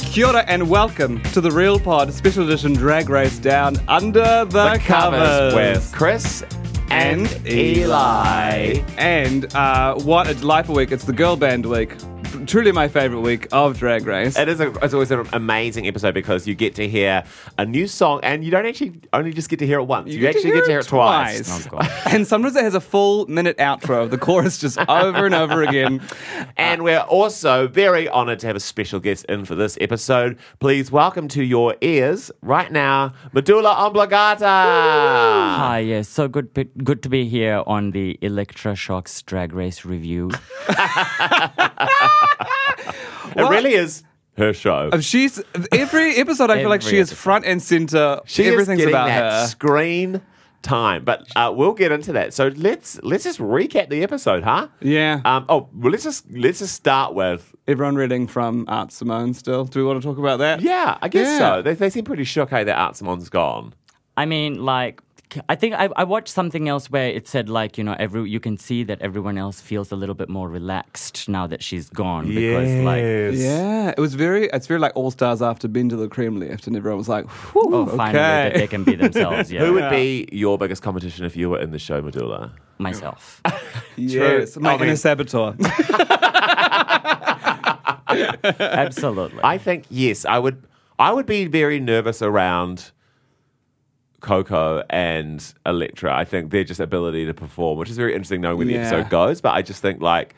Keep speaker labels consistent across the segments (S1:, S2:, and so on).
S1: Kia ora and welcome to the Real Pod Special Edition Drag Race Down Under the,
S2: the covers with Chris and Eli.
S1: And uh, what a delightful week. It's the girl band week. Truly my favourite week of Drag Race.
S2: It is a, it's always an amazing episode because you get to hear a new song and you don't actually only just get to hear it once. You, actually get to hear it twice. Oh,
S1: and sometimes it has a full minute outro of the chorus just over and over again.
S2: and we're also very honoured to have a special guest in for this episode. Please welcome to your ears right now, Medulla Oblongata.
S3: Hi, yes, so good, good to be here on the Electra Shocks Drag Race review.
S2: It really is her show.
S1: Um, She's every episode. I feel like she
S3: Every
S1: is
S3: episode.
S1: front and center.
S2: She
S1: Everything's
S2: is getting
S1: about
S2: that
S1: her.
S2: screen time, but uh, we'll get into that. So let's let's just recap the episode, huh?
S1: Yeah.
S2: Um, oh, well, let's just let's just start with
S1: Everyone reading from Art Simone. Still, do we want to talk about that?
S2: yeah. I guess
S1: Yeah.
S2: so. They, they seem pretty shook. Hey, that Art Simone's gone.
S3: I mean, like, I think I, I watched something else where it said, like, you know, every you can see that everyone else feels a little bit more relaxed now that she's gone because, like,
S1: Yeah, it was very. It's very like All Stars after Ben to the Cream left, and everyone was like, "Whew,
S3: oh,
S1: okay."
S3: finally that they can be themselves. Yeah,
S2: Who would be your biggest competition if you were in the show, Medulla?
S3: myself?
S1: yes,
S2: True.
S1: my
S2: I mean-
S1: inner saboteur.
S3: Absolutely.
S2: I think yes. I would. I would be very nervous around Coco and Electra. I think their just ability to perform, which is very interesting knowing where
S1: Yeah.
S2: the episode goes. But I just think like.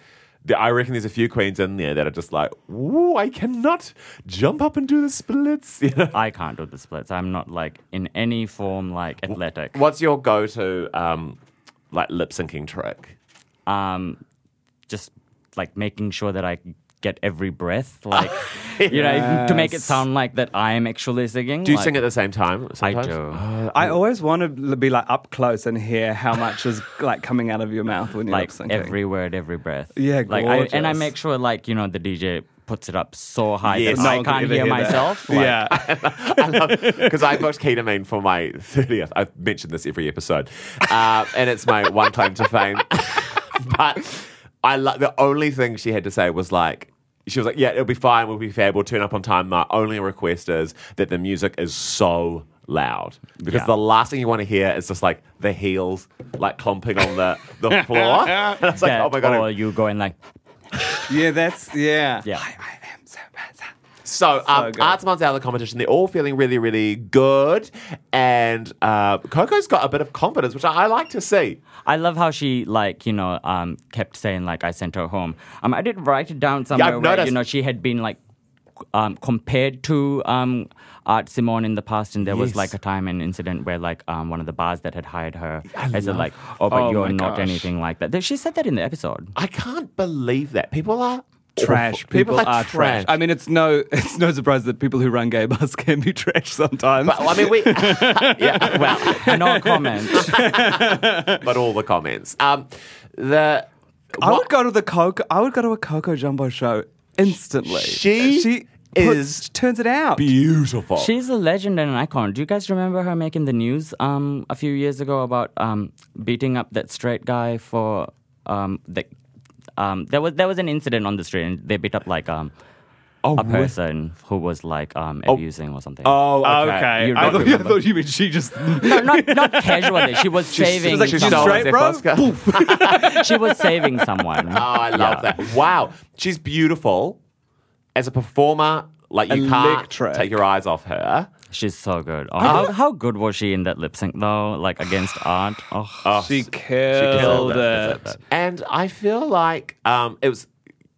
S2: the- I reckon there's a few queens in there that are just like, "Ooh, I cannot jump up and do the splits." You know?
S3: I can't do the splits. I'm not like in any form like athletic.
S2: What's your go-to um, like lip syncing trick?
S3: um, just like making sure that I get every breath, like you know, to make it sound like that I am actually singing.
S2: Do you
S3: like,
S2: sing at the same time? sometimes?
S3: do.
S2: Oh,
S1: I always want to be like up close and hear how much is like coming out of your mouth when you're
S3: like
S1: lip syncing.
S3: every word, every breath?
S1: Yeah,
S3: like I, and I
S1: gorgeous.
S3: make sure like you know the DJ puts it up so high
S2: Yes.
S3: that
S2: No
S3: I
S1: one can
S3: can't
S1: ever
S3: hear,
S1: hear that.
S3: myself. Like,
S1: yeah,
S2: Because I booked ketamine for my 30th. I've mentioned this every episode. Uh, and it's my one claim to fame. but I lo- the only thing she had to say was like, she was like, yeah, it'll be fine. We'll be fab. We'll turn up on time. My only request is that the music is so loud. Because
S3: Yeah.
S2: the last thing you want to hear is just like the heels like clomping on the, the floor. And it's like,
S3: that,
S2: oh my God.
S3: or you going like
S1: yeah, that's yeah.
S3: yeah.
S2: So, um,
S1: good.
S2: Arts Month's out of the competition. They're all feeling really, really good. And uh, Coco's got a bit of confidence, which I, I like to see.
S3: I love how she like you know um, kept saying like I sent her home. Um, I did write it down somewhere where
S2: noticed.
S3: you know she had been like um, compared to um, Art Simone in the past, and there was
S2: Yes.
S3: like a time and incident where like um, one of the bars that had hired her
S2: I
S3: as a
S2: love-
S3: like oh but
S1: Oh
S3: you're
S1: my
S3: not
S1: gosh.
S3: anything like that. She said that in the episode.
S2: I can't believe that. People are
S1: Trash.
S2: awful.
S1: People, are, trash. I mean, it's no, it's no surprise that people who run gay bars can be trash sometimes.
S2: but, I mean, we. yeah, well,
S3: no comment.
S2: but all the comments. Um, the.
S1: I
S2: what-
S1: would go to the Coco. I would go to a Coco Jumbo show instantly.
S2: She is
S1: turns it out.
S2: beautiful.
S3: She's a legend and an icon. Do you guys remember her making the news um, a few years ago about um, beating up that straight guy for um, the, um, there was there was an incident on the street and they beat up like um,
S2: Oh,
S3: a
S2: re-
S3: person who was like um, abusing or something.
S2: Oh, okay.
S1: Okay.
S3: You're
S1: I
S3: not
S1: thought, I
S3: remember.
S1: thought you meant she just.
S3: No, not, not casually. She was saving.
S2: She's actually
S1: She's
S3: someone.
S2: stolen
S1: straight, bro?
S2: Zephyr's car.
S3: she was saving someone.
S2: Oh, I love that. Wow. She's beautiful. As a performer, like you
S1: Electric.
S2: can't take your eyes off her.
S3: She's so good. Oh, how, how good was she in that lip sync though? Like against art. Oh,
S1: she killed it.
S2: And I feel like um, it was,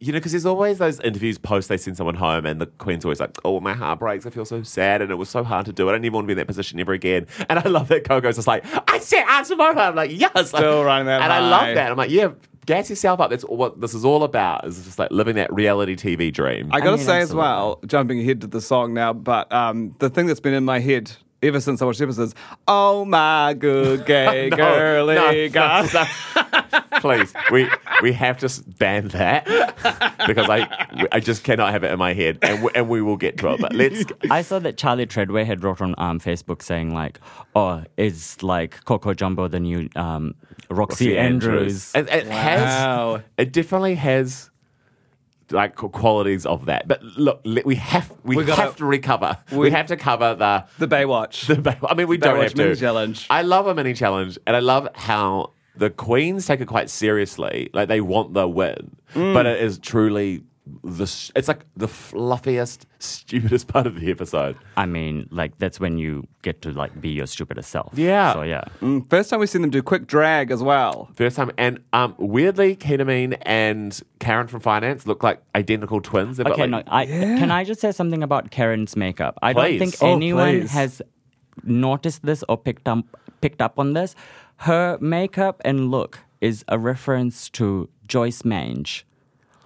S2: you know, because there's always those interviews post they send someone home, and the queen's always like, "Oh, my heart breaks. I feel so sad, and it was so hard to do. I don't even want to be in that position ever again." And I love that Coco's just like, "I said answer my heart." I'm like, "Yes."
S1: Still running that
S2: And I
S1: high.
S2: love that. I'm like, "Yeah." Gas yourself up. That's what this is all about. Is just like living that reality TV dream.
S1: I gotta
S3: mean,
S1: say as
S3: absolutely.
S1: well, jumping ahead to the song now, but um, the thing that's been in my head ever since I watched the episode is, oh my good gay
S2: No,
S1: girly
S2: no, no,
S1: guy.
S2: no. Please, we we have to s- ban that because I I just cannot have it in my head, and we, and we will get to it. But let's
S3: I saw that Charlie Treadway had wrote on um, Facebook saying like, "Oh, is like Coco Jumbo the new um, Roxy, Andrews?"
S2: It, it
S1: Wow.
S2: has. It definitely has. Like qu- qualities of that, but look, let- we have we,
S1: We gotta-
S2: have to recover. We,
S1: we-
S2: have to cover the
S1: The Baywatch.
S2: the Bay- I mean, we don't
S1: Baywatch
S2: have to.
S1: mini challenge.
S2: I love a mini challenge, and I love how the queens take it quite seriously. Like they want the win,
S3: Mm.
S2: but it is truly the. s- It's like the fluffiest, stupidest part of the episode.
S3: I mean, like that's when you get to like be your stupidest self.
S2: Yeah.
S3: So yeah.
S1: Mm, First time we've seen them do quick drag as well.
S2: First time, and um, weirdly, Ketamine and Karen from Finance look like identical twins. They've got,
S3: Okay,
S2: like,
S3: no, I can I just say something about Karen's makeup? I
S2: Please.
S3: don't think
S2: Oh,
S3: anyone
S1: please.
S3: has noticed this or picked up picked up on this. Her makeup and look is a reference to Joyce Mange,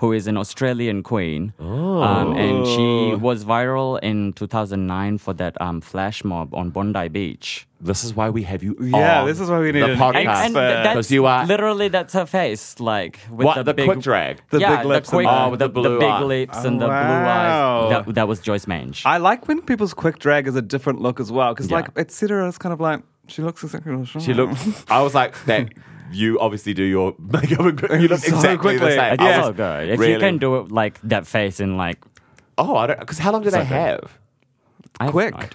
S3: who is an Australian queen, um, and
S2: Oh.
S3: she was viral in 2009 for that um, flash mob on Bondi Beach.
S2: This is why we have you.
S1: Yeah,
S2: on
S1: this is why we need
S2: the
S1: an
S3: And,
S2: podcast.
S3: and th- that's
S2: 'Cause you are
S3: literally that's her face, like with
S2: what
S3: the,
S2: the,
S3: big
S2: quick drag.
S1: The
S3: yeah,
S1: big lips and
S3: the, quick,
S2: the- Oh, with the
S3: the,
S2: blue
S3: big
S2: eye.
S3: lips
S1: Oh,
S3: and the
S1: wow.
S3: blue eyes. That, that was Joyce Mange.
S1: I like when people's quick drag is a different look as well, because
S3: Yeah.
S1: like etc. is kind of like she looks exactly.
S2: she looked. I was like that. You obviously do your makeup. and gr- You look
S1: So
S2: exactly
S1: quickly.
S2: the same.
S3: It's
S2: I
S1: Yeah.
S3: so
S2: was-
S3: good. If
S2: really-
S3: you can do it like that face in like
S2: Oh, I don't. Because how long do they
S3: good.
S2: have?
S3: I have no
S1: Quick.
S3: idea.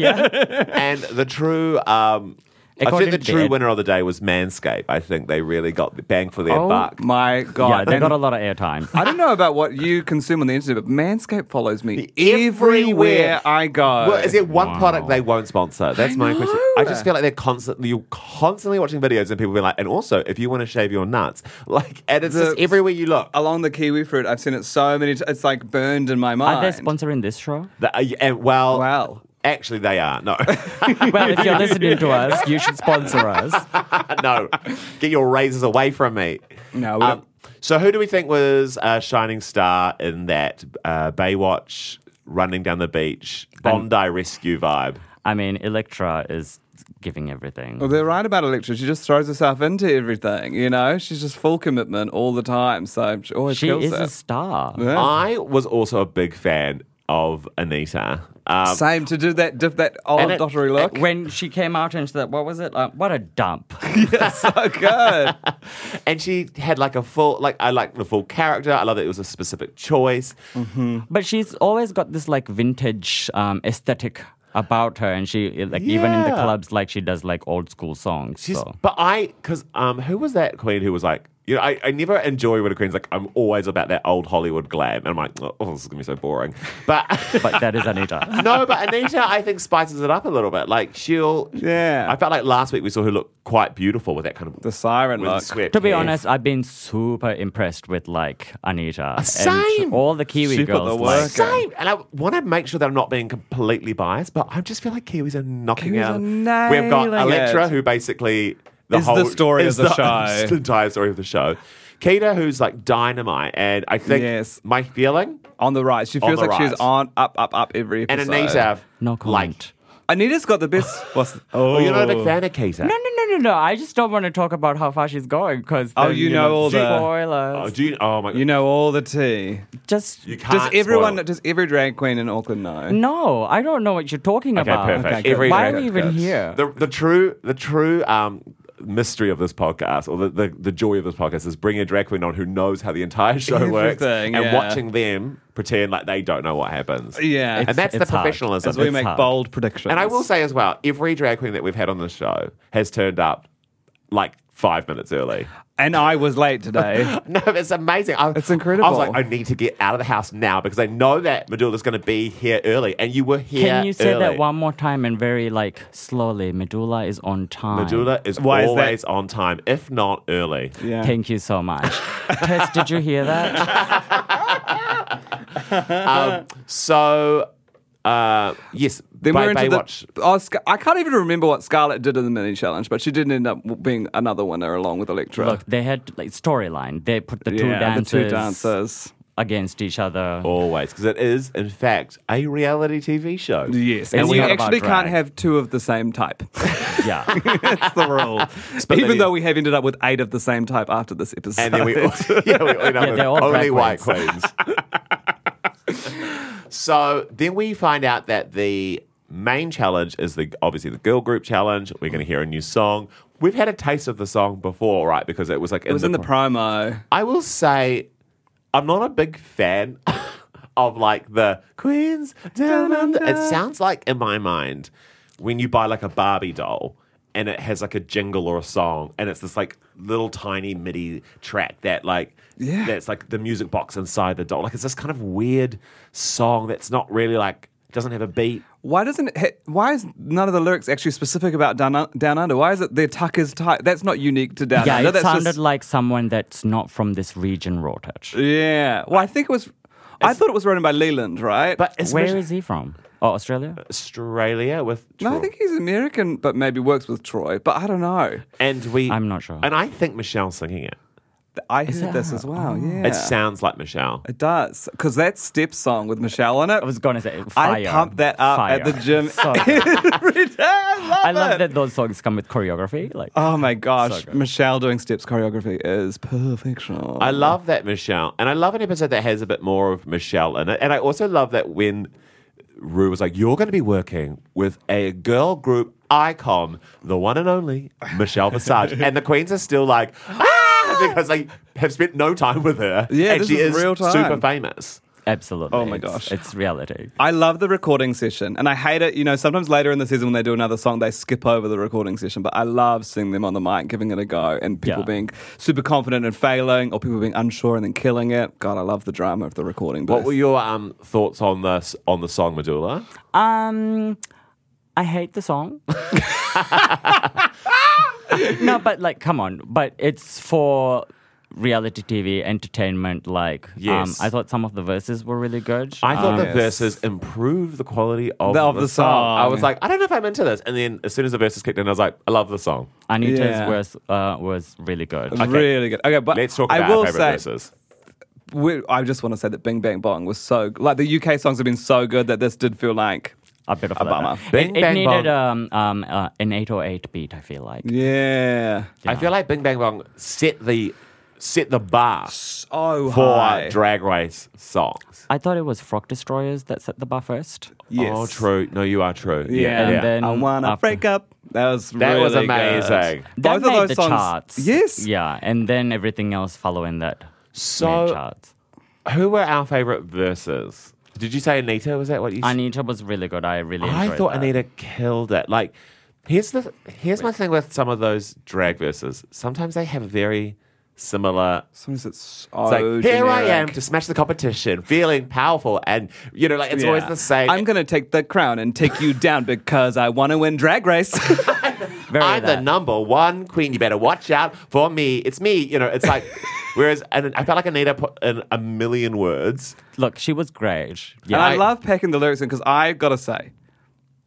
S3: yeah.
S2: And the true. Um, I
S3: According
S2: think the
S3: to
S2: true
S3: Ed-
S2: winner of the day was Manscaped. I think they really got the bang for their
S1: Oh
S2: buck.
S1: my god!
S3: yeah, they
S1: And
S3: got a lot of airtime.
S1: I don't know about what you consume on the internet, but Manscaped follows me
S2: Everywhere.
S1: everywhere I go.
S2: Well, is there one
S3: Wow.
S2: product they won't sponsor? That's my question. I
S1: know.
S2: just feel like they're constantly you're constantly watching videos and people be like, and also if you want to shave your nuts, like and it's
S1: The-
S2: just everywhere you look.
S1: along the kiwi fruit. I've seen it so many. T- it's like burned in my mind.
S3: Are they sponsoring this show?
S2: The- uh, and well,
S1: Wow.
S2: actually they are. No,
S3: Well, if you're listening to us, you should sponsor us.
S2: no, get your razors away from me. Um,
S1: No, we don't-
S2: so who do we think was a shining star in that uh, Baywatch running down the beach Bondi rescue vibe?
S3: I mean, Electra is giving everything.
S1: Well, they're right about Electra. She just throws herself into everything. You know, she's just full commitment all the time. So she always
S3: she
S1: kills
S3: is
S1: it.
S3: a star.
S1: Yeah.
S2: I was also a big fan of Anita. Um,
S1: Same to do that diff, that olive
S2: it-
S1: dottery look.
S3: When she came out into that, what was it? Uh, what a dump.
S1: That's so good.
S2: and she had like a full like I like the full character. I love that it was a specific choice.
S3: But she's always got this like vintage um, aesthetic about her, and she like even in the
S2: Yeah.
S3: clubs like she does like old school songs.
S2: She's
S3: so.
S2: but I because um who was that queen who was like you know I, I never enjoy when a queen's like I'm always about that old Hollywood glam and I'm like oh, this is gonna be so boring but.
S3: But that is Anita.
S2: no, but Anita, I think spices it up a little bit. Like she'll,
S1: Yeah.
S2: I felt like last week we saw her look quite beautiful with that kind of
S1: The siren
S2: with the
S1: look.
S2: swept
S3: To be
S2: hair.
S3: honest, I've been super impressed with like Anita
S2: Same.
S3: and all the Kiwi
S1: She put
S3: girls.
S1: the
S3: like,
S1: work
S2: Same. And I want to make sure that I'm not being completely biased, but I just feel like Kiwis are knocking
S1: Kiwis
S2: out.
S1: are
S2: We've got
S1: nailing
S2: Electra,
S1: it.
S2: who basically the
S1: Is the
S2: whole
S1: story of the show.
S2: is the entire story of the show. Keita, who's like dynamite, and I think
S1: Yes.
S2: my feeling
S1: On the right. She
S2: On
S1: feels
S2: the
S1: like she's
S2: rise.
S1: on up, up, up every
S2: and
S1: episode.
S2: Anita,
S3: No comment.
S1: Anita's got the best. What's,
S2: Like, oh, you're not a big fan of Keita.
S3: no, no, no, no, no. I just don't want to talk about how far she's going because
S1: Oh, you know all the-
S2: Oh,
S3: spoilers.
S2: do you? Oh my god,
S1: You know all the tea.
S3: just
S2: you can't.
S1: Does everyone?
S2: spoil.
S1: Does every drag queen in Auckland know?
S3: no. I don't know what you're talking
S2: Okay,
S3: about.
S2: perfect.
S1: Okay, good.
S2: Every
S3: Why are
S2: drag-
S3: we even here?
S2: The, the true the true um mystery of this podcast or the, the, the joy of this podcast is bringing a drag queen on who knows how the entire show works and
S1: Everything, yeah.
S2: watching them pretend like they don't know what happens.
S1: Yeah.
S2: and
S1: It's-
S2: that's the
S3: it's hard.
S2: professionalism.
S1: As we
S3: It's
S1: make
S3: hard.
S1: bold predictions.
S2: And I will say as well, every drag queen that we've had on the show has turned up like five minutes early.
S1: And I was late today.
S2: No, it's amazing. I,
S1: It's
S2: I
S1: incredible.
S2: was like, I need to get out of the house now because I know that Medulla's going to be here early, and you were here.
S3: Can you say
S2: early.
S3: that one more time and very like slowly? Medulla is on time.
S2: Medulla is
S1: Why is that?
S2: always on time, if not early.
S1: yeah.
S3: Thank you so much. Tess, did you hear that?
S2: Um, so, uh, yes,
S1: Then
S2: Bay-
S1: we're into
S2: Baywatch.
S1: the. Oh, Sc- I can't even remember what Scarlett did in the mini challenge, but she did end up w- being another winner along with Electra.
S3: Look, they had like storyline. They put the two
S1: yeah, the
S3: dancers
S1: two dancers. Oh.
S3: against each other.
S2: Always, because it is, in fact, a reality TV show.
S1: Yes,
S3: It's
S1: and we
S3: not about
S1: actually
S3: drag.
S1: can't have two of the same type.
S3: Yeah.
S1: That's the rule.
S2: But
S1: Even
S2: then-
S1: though we have ended up with eight of the same type after this episode.
S2: And then we, yeah, we end up
S3: Yeah,
S2: with
S3: they're all
S2: only
S3: drag
S2: white queens. so then we find out that the main challenge is the obviously the girl group challenge. We're going to hear a new song. We've had a taste of the song before, right? Because it was like
S1: it was in the promo.
S2: I will say, I'm not a big fan of like the Queens. Down Under. It sounds like in my mind when you buy like a Barbie doll and it has like a jingle or a song and it's this like little tiny MIDI track that like
S1: Yeah.
S2: that's like the music box inside the doll. Like it's this kind of weird song that's not really like doesn't have a beat.
S1: Why doesn't it, ha- why is none of the lyrics actually specific about down, Un- down under? Why is it their tuckers tight? That's not unique to down
S3: Yeah,
S1: under.
S3: it
S1: That's
S3: sounded
S1: just-
S3: like someone that's not from this region wrote it.
S1: yeah. Well, I think it was. I thought it was written by Leland, right?
S2: But
S3: Where
S2: especially
S3: is he from? Oh, Australia?
S2: Australia with
S1: no, I
S2: Troy.
S1: think he's American, but maybe works with Troy. But I don't know.
S2: and we
S3: I'm not sure.
S2: And I think Michelle's singing it.
S1: I heard this as
S3: Oh.
S1: well. Yeah,
S2: It sounds like Michelle.
S1: It does because that step song with Michelle on it.
S3: I was gonna say fire.
S1: I pump that up
S3: Fire.
S1: at the gym
S3: So good.
S1: every day. I love,
S3: I love
S1: it.
S3: that those songs come with choreography. Like
S1: Oh my gosh,
S3: So good.
S1: Michelle doing steps choreography is perfection.
S2: I love that Michelle, and I love an episode that has a bit more of Michelle in it. And I also love that when Rue was like, "You're going to be working with a girl group icon, the one and only Michelle Visage," and the queens are still like, "Ah," because they have spent no time with her.
S1: Yeah,
S2: and
S1: this
S2: she
S1: is
S2: is,
S1: real time.
S2: super famous.
S3: absolutely.
S1: Oh my
S3: it's-
S1: gosh.
S3: It's reality.
S1: I love the recording session, and I hate it. You know, sometimes later in the season when they do another song, they skip over the recording session. But I love seeing them on the mic, giving it a go, and people
S3: Yeah.
S1: being super confident and failing, or people being unsure and then killing it. God, I love the drama of the recording. Booth.
S2: What were your um, thoughts on this on the song Medulla?
S3: Um I hate the song. no, but like come on. But it's for reality TV entertainment like
S2: Yes.
S3: um I thought some of the verses were really good.
S2: I thought
S3: Um,
S2: the
S1: Ah, Yes.
S2: verses improved the quality of,
S1: The- of the song.
S2: I was like, I don't know if I'm into this. And then as soon as the verses kicked in, I was like, I love the song.
S3: Anita's
S1: Yeah.
S3: verse uh, was really good.
S1: It was Really good. Okay, but
S2: Let's talk
S1: I
S2: about
S1: will
S2: our favorite
S1: say,
S2: verses.
S1: we, I just want to say that Bing Bang Bong was so like the UK songs have been so good that this did feel like
S3: a bit of
S1: A
S3: a
S1: bummer.
S3: bummer.
S2: Bing,
S3: it, it
S2: bang,
S3: needed um, um, uh, an 808 beat, I feel like.
S1: yeah
S2: I feel like Bing Bang Bong set the set the bar
S1: so
S2: for
S1: high.
S2: Drag Race songs.
S3: I thought it was Frog Destroyers that set the bar first.
S1: yes.
S2: Oh, true. No, you are true.
S1: yeah.
S3: And then
S1: I wanna
S3: after-
S1: break up. That was
S2: That
S1: really
S2: was
S1: good.
S2: amazing.
S3: That
S1: Both
S3: made
S1: of those
S3: the
S1: songs,
S3: charts.
S1: yes.
S3: Yeah, and then everything else following that
S2: So-
S3: made charts.
S2: Who were our favorite verses? Did you say Anita? Was that what you? said?
S3: Anita was really good. I really
S2: I
S3: enjoyed
S2: thought
S3: that.
S2: Anita killed it. Like, here's the here's my thing with some of those drag verses. Sometimes they have very similar
S1: Sometimes it's so
S2: It's like, here I am
S1: generic.
S2: to smash the competition, feeling powerful, and you know, like it's always
S1: Yeah.
S2: the same.
S1: I'm gonna take the crown and take you down because I want to win Drag Race.
S3: Very
S2: I'm the
S3: that.
S2: number one queen. You better watch out for me. It's me. You know, it's like. Whereas, and I felt like Anita put in a million words.
S3: Look, she was great. Yeah.
S1: and I,
S2: I-
S1: love packing the lyrics in because I gotta say,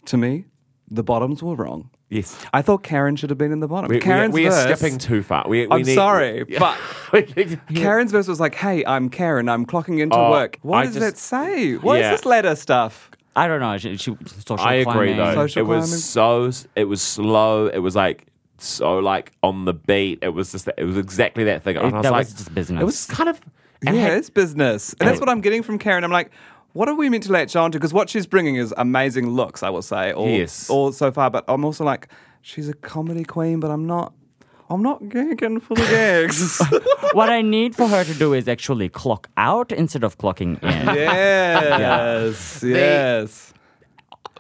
S1: to me, the bottoms were wrong.
S2: Yes.
S1: I thought Karen should have been in the bottom.
S2: We, we,
S1: Karen's
S2: we are
S1: verse-
S2: skipping too far. We, we
S1: I'm
S2: need-
S1: sorry, but-
S2: We need-
S1: Karen's verse was like, "Hey, I'm Karen. I'm clocking into
S2: Oh,
S1: work." What
S2: I
S1: does
S2: just-
S1: that say? What is
S2: Yeah.
S1: this letter stuff?
S3: I don't know. She, she social
S2: I agree
S3: climbing.
S2: though.
S1: Social
S2: it was so it was slow. It was like so like on the beat. It was just that- it was exactly that thing. And
S3: It-
S2: I was
S3: that
S2: like,
S3: was just business.
S2: It was kind of and
S1: Yeah,
S2: had-
S1: it's business, and that's what I'm getting from Karen. I'm like, what are we meant to latch on to? Because what she's bringing is amazing looks, I will say, all,
S2: Yes.
S1: all so far. But I'm also like, she's a comedy queen, but I'm not. I'm not gagging for the gags.
S3: what I need for her to do is actually clock out instead of clocking in.
S1: yes, yes.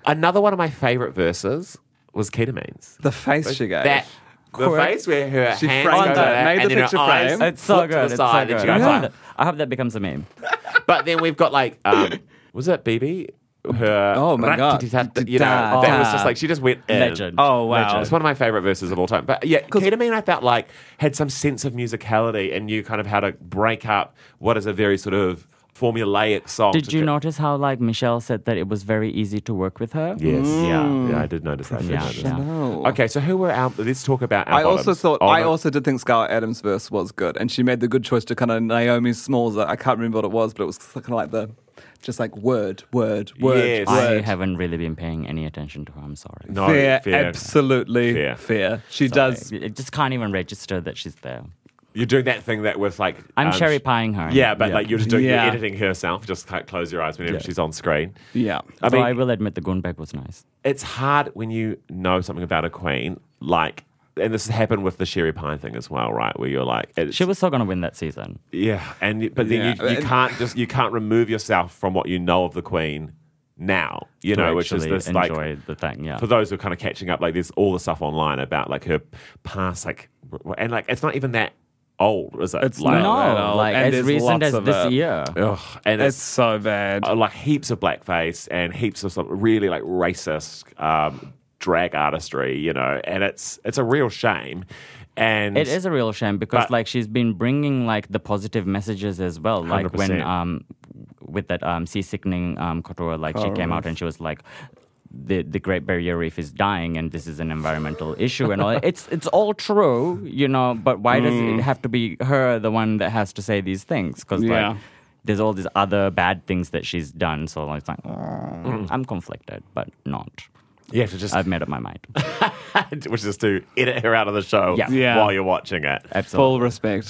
S2: Another one of my favorite verses was Ketamane's.
S1: The face she gave.
S2: That the
S1: Quick.
S2: face where her
S1: She
S2: hands
S1: framed
S2: go
S1: it,
S2: there
S1: made
S2: and
S1: the
S2: then her
S1: picture
S2: eyes
S1: frame.
S3: It's so
S2: look to
S3: good.
S2: the
S3: It's so
S2: side
S3: good.
S2: and she
S3: I,
S2: goes
S3: hope
S2: like-
S3: that, I hope that becomes a meme.
S2: But then we've got like, um, was it BB? Her
S1: Oh my God.
S2: You know, that was just like she just went in.
S3: Legend.
S1: Oh, wow.
S2: It's one of my favorite verses of all time. But yeah, Ketamine, I felt like had some sense of musicality and knew kind of how to break up what is a very sort of formulaic song.
S3: Did
S2: to
S3: you
S2: go-
S3: notice how like Michelle said that it was very easy to work with her?
S2: Yes.
S1: Mm.
S3: Yeah.
S2: Yeah, I did notice that. I did
S3: Yeah,
S2: notice
S3: yeah.
S2: that. Okay, so who were our? Let's talk about. Our
S1: I also
S2: bottoms.
S1: thought
S2: Oh,
S1: I
S2: no.
S1: also did think Scarlett Adams' verse was good, and she made the good choice to kind of Naomi Smalls. I can't remember what it was, but it was kind of like the just like word, word, word,
S2: Yes.
S3: I
S1: word.
S3: haven't really been paying any attention to her. I'm sorry.
S2: no,
S1: fair,
S2: fair.
S1: absolutely fair.
S2: Fair.
S1: She does.
S3: I just can't even register that she's there.
S2: You're doing that thing that with like
S3: I'm
S2: um,
S3: cherry pieing her.
S2: Yeah, but like you're just doing
S1: Yeah.
S2: you're editing herself. Just like, close your eyes whenever
S3: Yeah.
S2: she's on screen.
S1: Yeah,
S2: I
S3: Though
S2: mean,
S3: I will admit the Goonbag was nice.
S2: it's hard when you know something about a queen, like, and this has happened with the Sherry Pine thing as well, right? Where you're like, it's,
S3: She was still gonna win that season.
S2: yeah, and you- but then
S1: Yeah.
S2: you, you can't just you can't remove yourself from what you know of the queen now, you
S3: to
S2: know, which is
S3: actually
S2: this like
S3: enjoy the thing. Yeah.
S2: for those who are kind of catching up, like there's all the stuff online about like her past, like, r- and like it's not even that old, is it?
S1: It's
S2: like,
S1: not. I know,
S3: no, like
S1: and
S3: as
S1: there's
S3: recent
S1: lots
S3: as
S1: of uh,
S3: this
S1: it.
S3: year.
S2: Ugh, and
S1: it's
S2: it's,
S1: so bad.
S2: uh, like heaps of blackface and heaps of some really like racist um, drag artistry, you know, and it's it's a real shame. And
S3: It is a real shame because
S2: But-
S3: like she's been bringing like the positive messages as well. Like when
S2: 100%.
S3: um with that um seasickening um Kotora, like she came out and she was like the the Great Barrier Reef is dying and this is an environmental issue and all it's it's all true, you know, but why does
S1: Mm.
S3: it have to be her the one that has to say these things? Because
S1: Yeah.
S3: like there's all these other bad things that she's done, so like, it's like mm, I'm conflicted, but not.
S2: you have to just
S3: I've made up my mind.
S2: which is to edit her out of the show
S3: Yeah. Uh,
S1: Yeah.
S2: while you're watching it.
S3: Absolutely.
S1: Full respect.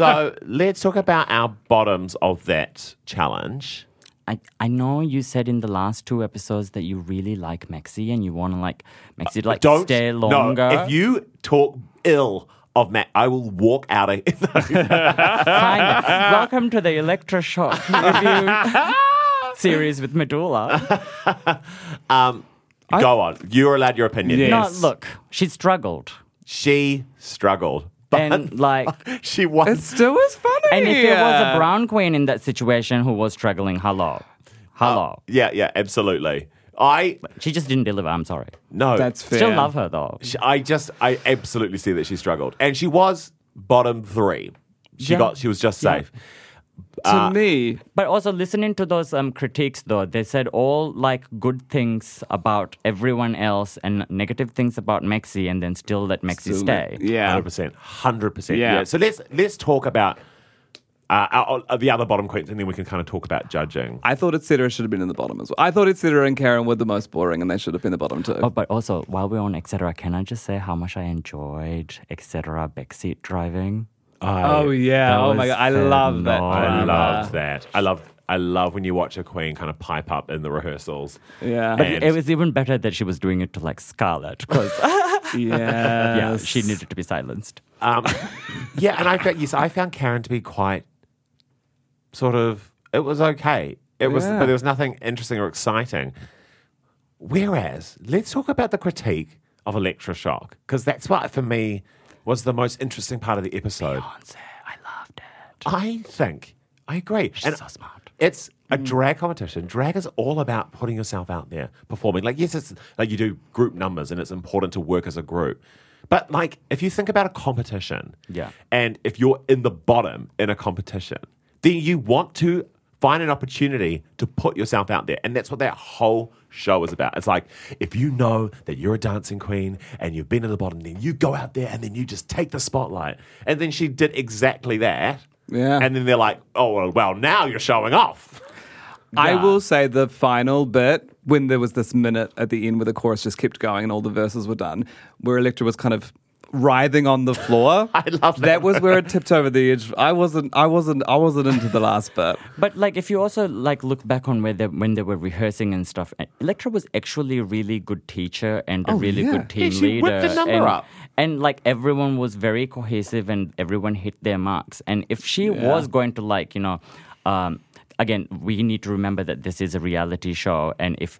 S2: so let's talk about our bottoms of that challenge.
S3: I, I know you said in the last two episodes that you really like Maxi and you want to like Maxi to like
S2: Uh, Don't
S3: stay longer.
S2: No, if you talk ill of Matt, I will walk out of
S3: Fine. Welcome to the electroshock review series with Medulla.
S2: Go on. You're allowed your opinion.
S1: Yeah.
S3: No,
S1: Yes.
S3: look, she struggled
S2: She struggled. But
S3: and like.
S2: she won.
S1: It still is funny.
S3: And if there was a brown queen in that situation who was struggling, hello,
S2: Uh,
S3: hello,
S2: Yeah, yeah, absolutely. I
S3: she just didn't deliver. I'm sorry.
S2: no.
S1: that's fair.
S3: Still love her though.
S2: She- I just I absolutely see that she struggled, and she was bottom three. She
S3: Yeah.
S2: got she was just safe.
S1: To
S2: Uh,
S1: me,
S3: But also listening to those um, critiques, though, they said all like good things about everyone else and negative things about Mexi, and then still let Mexi stay.
S1: yeah,
S2: hundred percent, hundred percent.
S1: Yeah.
S2: Yeah. So let's let's talk about uh, our, our- the other bottom queens, and then we can kind of talk about judging.
S1: I thought etc. should have been in the bottom as well. I thought etc. and Karen were the most boring, and they should have been the bottom too.
S3: Oh, but also while we're on etc., can I just say how much I enjoyed etc. backseat driving?
S1: Oh yeah!
S3: That
S1: Oh my
S3: was
S1: god! I love that.
S2: I
S3: phenomenal.
S2: love that. I love I love when you watch a queen kind of pipe up in the rehearsals.
S1: Yeah.
S3: But
S2: And-
S3: it was even better that she was doing it to like Scarlett because yeah,
S1: yeah.
S3: she needed to be silenced.
S2: Um, yeah, and I found yes, I found Karen to be quite sort of it was okay. It was,
S1: Yeah.
S2: but there was nothing interesting or exciting. Whereas, let's talk about the critique of electroshock because that's what for me was the most interesting part of the episode.
S3: Beyonce, I loved it.
S2: I think I agree.
S3: She's so smart. Mm.
S2: It's a drag competition. Drag is all about putting yourself out there, performing. Like, yes, it's like you do group numbers and it's important to work as a group. But, like, if you think about a competition,
S3: Yeah.
S2: and if you're in the bottom in a competition, then you want to find an opportunity to put yourself out there. And that's what that whole show is about. It's like, if you know that you're a dancing queen and you've been at the bottom, then you go out there and then you just take the spotlight. And then she did exactly that.
S1: Yeah.
S2: And then they're like, oh, well, well now you're showing off.
S1: I will say the final bit when there was this minute at the end where the chorus just kept going and all the verses were done, where Electra was kind of writhing on the floor.
S2: I love that
S1: That was where it tipped over the edge. I wasn't. I wasn't. I wasn't into the last bit.
S3: But like, if you also like look back on where they, when they were rehearsing and stuff, uh, Electra was actually a really good teacher and a really
S1: yeah.
S3: good team
S2: Oh, Yeah, she
S3: leader.
S2: whipped the number
S3: and,
S2: up.
S3: and like everyone was very cohesive and everyone hit their marks. And if she was going to like, you know, um, again, we need to remember that this is a reality show, and if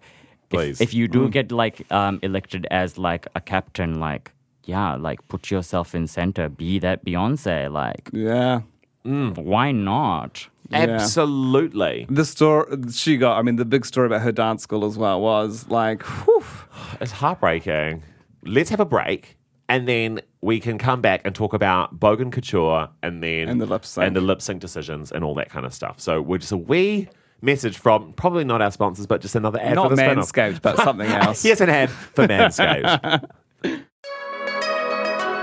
S2: Please. Mm.
S3: if, if you do get like um, elected as like a captain, like yeah, like put yourself in center, be that Beyonce, like
S1: Yeah.
S2: Mm.
S3: why not?
S2: Absolutely.
S1: The story she got. I mean, the big story about her dance school as well was like, whew,
S2: It's heartbreaking. Let's have a break and then we can come back and talk about Bogan Couture and then
S1: And the lip sync.
S2: and the lip sync decisions and all that kind of stuff. So we're just a wee message from probably not our sponsors, but just another ad
S1: not
S2: for the spin-off.
S1: manscaped, but something else.
S2: Here's an ad for Manscaped.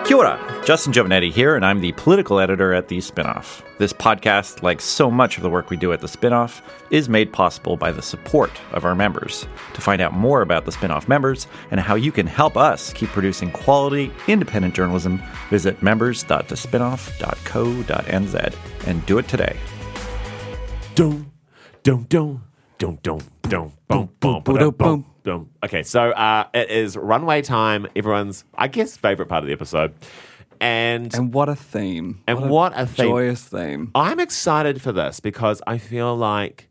S4: Kia ora. Justin Giovanetti here, and I'm the political editor at The Spinoff. This podcast, like so much of the work we do at The Spinoff, is made possible by the support of our members. To find out more about The Spinoff members and how you can help us keep producing quality, independent journalism, visit members.thespinoff.co.nz and do it today.
S2: Dum, dum, dum, dum, dum, dum, boom, boom, boom, boom, boom. Okay, so uh, it is runway time. Everyone's, I guess, favorite part of the episode, and and,
S1: And what a theme.
S2: what a, thing.
S1: joyous theme.
S2: I'm excited for this because I feel like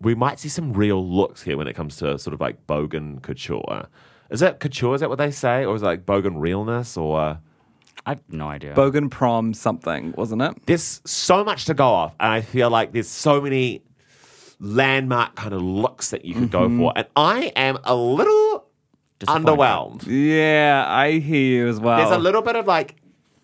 S2: we might see some real looks here when it comes to sort of like bogan couture. Is that couture? Is that what they say, or is it like bogan realness? Or
S3: I have no idea.
S1: Bogan prom something, wasn't it?
S2: there's so much to go off, and I feel like there's so many landmark kind of looks that you could go for, and I am a little
S3: Mm-hmm. Disappointed. Oh.
S2: underwhelmed.
S1: Yeah, I hear you as well.
S2: There's a little bit of like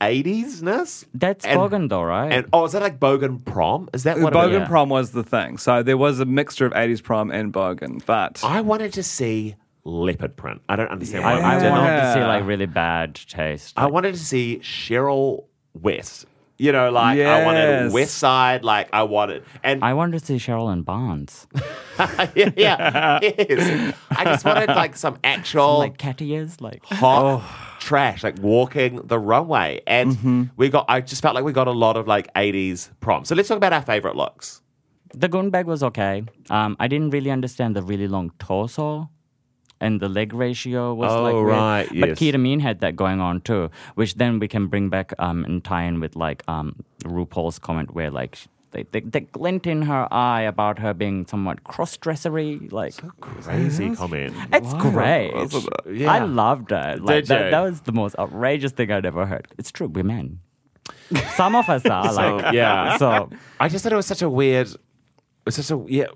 S2: 80s ness.
S3: That's
S2: and,
S3: Bogan Uh, though, right?
S2: And oh, is that like Bogan prom? Is that what it
S1: Bogan
S2: is?
S3: yeah.
S1: prom was the thing. So there was a mixture of 80s prom and Bogan. But
S2: I wanted to see leopard print. I don't understand
S3: I,
S2: why I,
S3: I
S2: didn't.
S3: wanted to see
S1: Yeah.
S3: like really bad taste.
S2: I wanted to see Cheryl West. You know, like I wanted
S1: Yes.
S2: West Side, like I wanted, and
S3: I wanted to see Cheryl and Barnes,
S2: yeah, yeah, yes. I just wanted like Oh. some actual
S3: like cat ears, like
S2: hot trash, like walking the runway. And we got, I just felt like we got a lot of like 80s prom. So let's talk about our favorite looks.
S3: the goon bag was okay. Um, I didn't really understand the really long torso. And the leg ratio was
S2: Oh,
S3: like weird.
S2: right, yes.
S3: But Ketamine had that going on too, which then we can bring back um, and tie in with like um, RuPaul's comment where like sh- they, they, they glint in her eye about her being somewhat cross-dressery. Like
S2: Crazy comment.
S3: That's great.
S2: Yeah.
S3: I loved it.
S2: Did
S3: Like,
S2: you?
S3: that, that was the most outrageous thing I'd ever heard. It's true, we're men. Some of us are like
S2: yeah.
S3: so
S2: I just thought it was such a weird, it was such a, yeah,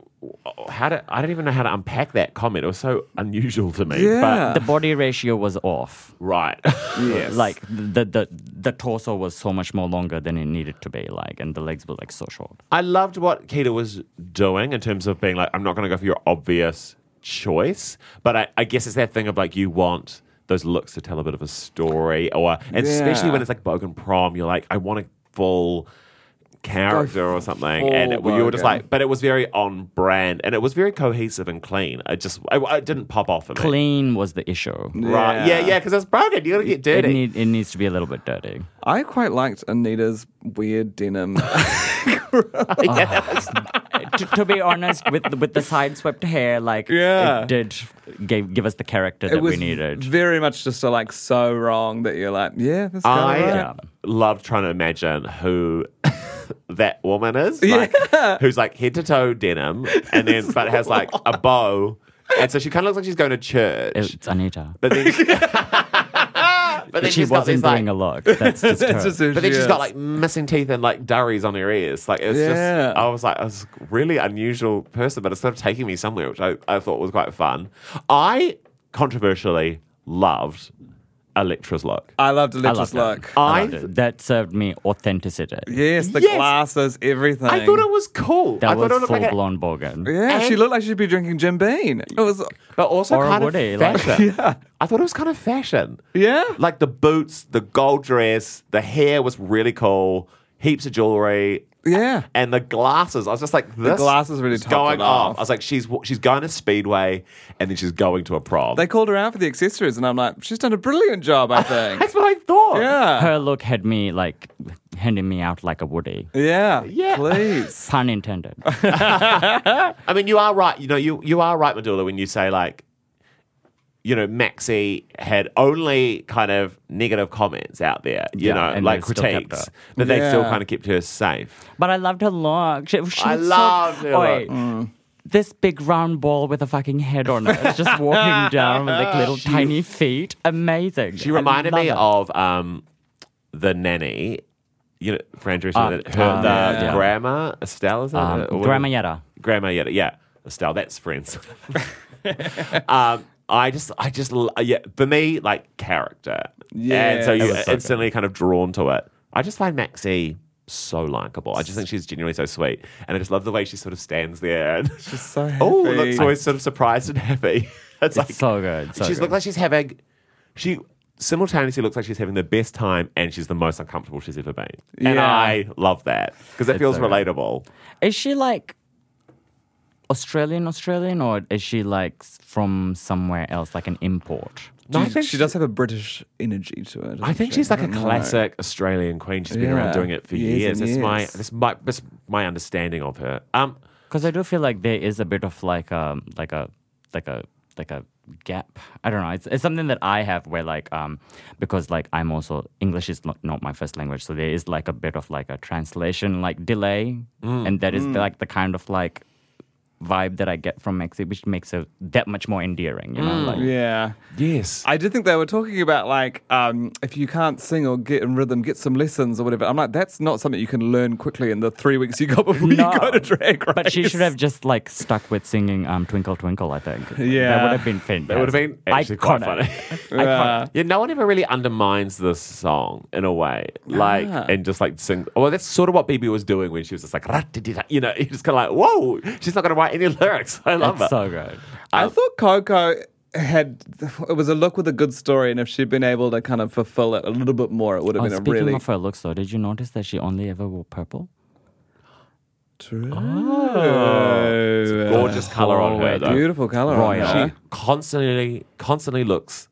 S2: how to, I don't even know how to unpack that comment. It was so unusual to me.
S1: yeah.
S3: the body ratio was off.
S2: But, right.
S1: yes.
S3: Like the, the the torso was so much more longer than it needed to be, like and the legs were like so short.
S2: I loved what Keita was doing in terms of being like, I'm not going to go for your obvious choice, but I, I guess it's that thing of like you want those looks to tell a bit of a story, or and especially
S1: Yeah.
S2: when it's like Bogan prom, you're like, I want a full character or something, and
S1: full
S2: it, you were just
S1: Bogan.
S2: like, but it was very on brand and it was very cohesive and clean. I just, I, I didn't pop off of it.
S3: Clean was the issue.
S2: Right? Yeah,
S1: Yeah.
S2: yeah, because it's Bogan. You got to get
S3: It,
S2: dirty.
S3: need, it needs to be a little bit dirty.
S1: I quite liked Anita's weird denim.
S3: oh. to, to be honest, with with the side swept hair, like
S1: Yeah.
S3: it did gave give us the character
S1: it
S3: that
S1: was
S3: we needed.
S1: very much just a like so wrong that you're like, yeah, that's
S2: I
S1: right.
S3: Yeah.
S2: love trying to imagine who that woman is. Like, Who's like head to toe denim and then but has like a bow. And so she kind of looks like she's going to church.
S3: it's Anita.
S2: but then, but then
S3: she
S2: she's got these
S3: wasn't
S2: like,
S3: doing a look. That's just
S1: That's
S3: her.
S1: just who
S2: but then
S1: she
S2: she's got
S1: is.
S2: like missing teeth and like durries on her ears. Like it's
S1: Yeah.
S2: just, I was like, I was a really unusual person, but it's sort of taking me somewhere, which I, I thought was quite fun. I controversially loved Electra's look.
S1: I loved
S3: I
S1: Electra's
S3: loved
S1: look.
S3: it. I loved
S2: I-
S3: it. That served me authenticity.
S1: Yes, the
S2: Yes.
S1: glasses, everything.
S2: I thought it was cool. I
S3: That
S2: thought
S3: was
S2: it looked
S3: full
S2: like a-
S3: blown Bogan.
S1: Yeah, she
S2: And-
S1: looked like she'd be drinking Jim Bean. It was
S2: But also
S3: Or a
S2: kind
S3: Woody,
S2: of
S3: like-
S2: fashion. I thought it was kind of fashion.
S1: Yeah?
S2: Like the boots, the gold dress, the hair was really cool, heaps of jewelry.
S1: Yeah.
S2: and the glasses. I was just like, this
S1: glasses really
S2: is
S1: topped
S2: going
S1: it off.
S2: off. I was like, she's wa- she's going to Speedway, and then she's going to a prom.
S1: They called her out for the accessories, and I'm like, she's done a brilliant job, I think.
S2: That's what I thought.
S1: yeah.
S3: Her look had me like handing me out like a woody.
S1: Yeah.
S2: Yeah.
S1: Please.
S3: Pun intended.
S2: I mean, you are right. You know, you you are right, Medulla, when you say like, you know, Maxi had only kind of negative comments out there. You
S3: Yeah,
S2: know,
S3: and
S2: like
S3: they still kept
S2: critiques,
S3: her.
S2: but they still
S1: Yeah.
S2: kind of kept her safe.
S3: But I loved her look. She, she
S2: I
S3: was
S2: loved her
S3: Oi,
S2: look. Mm.
S3: This big round ball with a fucking head on it, just walking down with like little tiny feet. Amazing.
S2: She
S3: I
S2: reminded
S3: love
S2: me
S3: it.
S2: of um, the nanny. You know, for Andrew,
S3: Ah,
S2: her,
S3: ah,
S2: the
S3: yeah, yeah.
S2: grandma Estelle is it?
S3: um,
S2: Or what-
S3: Grandma Yada.
S2: Grandma Yada, yeah. Estelle, that's friends. um, I just, I just, l- yeah, for me, like character. And
S1: Yeah.
S2: so you
S1: It was so
S2: instantly kind of drawn to it. I just find Maxie so likable. I just think she's genuinely so sweet. And I just love the way she sort of stands there and
S1: She's so happy.
S2: oh, looks always sort of surprised and happy. it's, like,
S3: so good, so
S2: she's
S3: good.
S2: looked like she's having, she simultaneously looks like she's having the best time and she's the most uncomfortable she's ever been. And
S1: Yeah.
S2: I love that because it feels
S3: so good.
S2: relatable.
S3: Is she like Australian, Australian, or is she like s- from somewhere else, like an import?
S2: No, I
S1: She,
S2: think
S1: she does have a British energy to her.
S2: I
S1: doesn't
S2: think
S1: she?
S2: she's like a
S1: don't know.
S2: classic Australian queen. She's been
S1: Yeah.
S2: around doing it for
S1: Years
S2: years.
S1: and
S2: That's my
S1: years.
S2: that's my that's my understanding of her. Um,
S3: Because I do feel like there is a bit of like um like a like a like a gap. I don't know. It's, it's something that I have where like um because like I'm also English is not, not my first language, so there is like a bit of like a translation like delay,
S2: Mm,
S3: and that is like the kind of like vibe that I get from Mexico, which makes it that much more endearing. You know,
S2: Mm,
S3: like
S1: Yeah.
S2: yes,
S1: I did think they were talking about like um, if you can't sing or get in rhythm, get some lessons or whatever. I'm like, that's not something you can learn quickly in the three weeks you got before
S3: No.
S1: you go to drag race.
S3: But she should have just like stuck with singing um, "Twinkle Twinkle." I think. that
S1: Yeah.
S3: would have been fantastic.
S2: that would have been actually quite
S3: Iconic.
S2: funny.
S1: Yeah.
S2: yeah, no one ever really undermines this song in a way, like and just like sing. Well, that's sort of what BB was doing when she was just like, "Ra-di-di-da," you know, you're just kind of like, whoa, she's not going to write any lyrics. I love
S3: That's
S2: it.
S3: so good.
S1: I thought Coco had it was a look with a good story, and if she'd been able to kind of fulfill it a little bit more, it would have
S3: Oh,
S1: been a
S3: speaking
S1: really
S3: of her looks, though, did you notice that she only ever wore purple?
S1: true,
S2: Gorgeous color on her
S3: Always
S2: though.
S1: beautiful color.
S3: Royal.
S1: On her.
S2: She constantly, constantly looks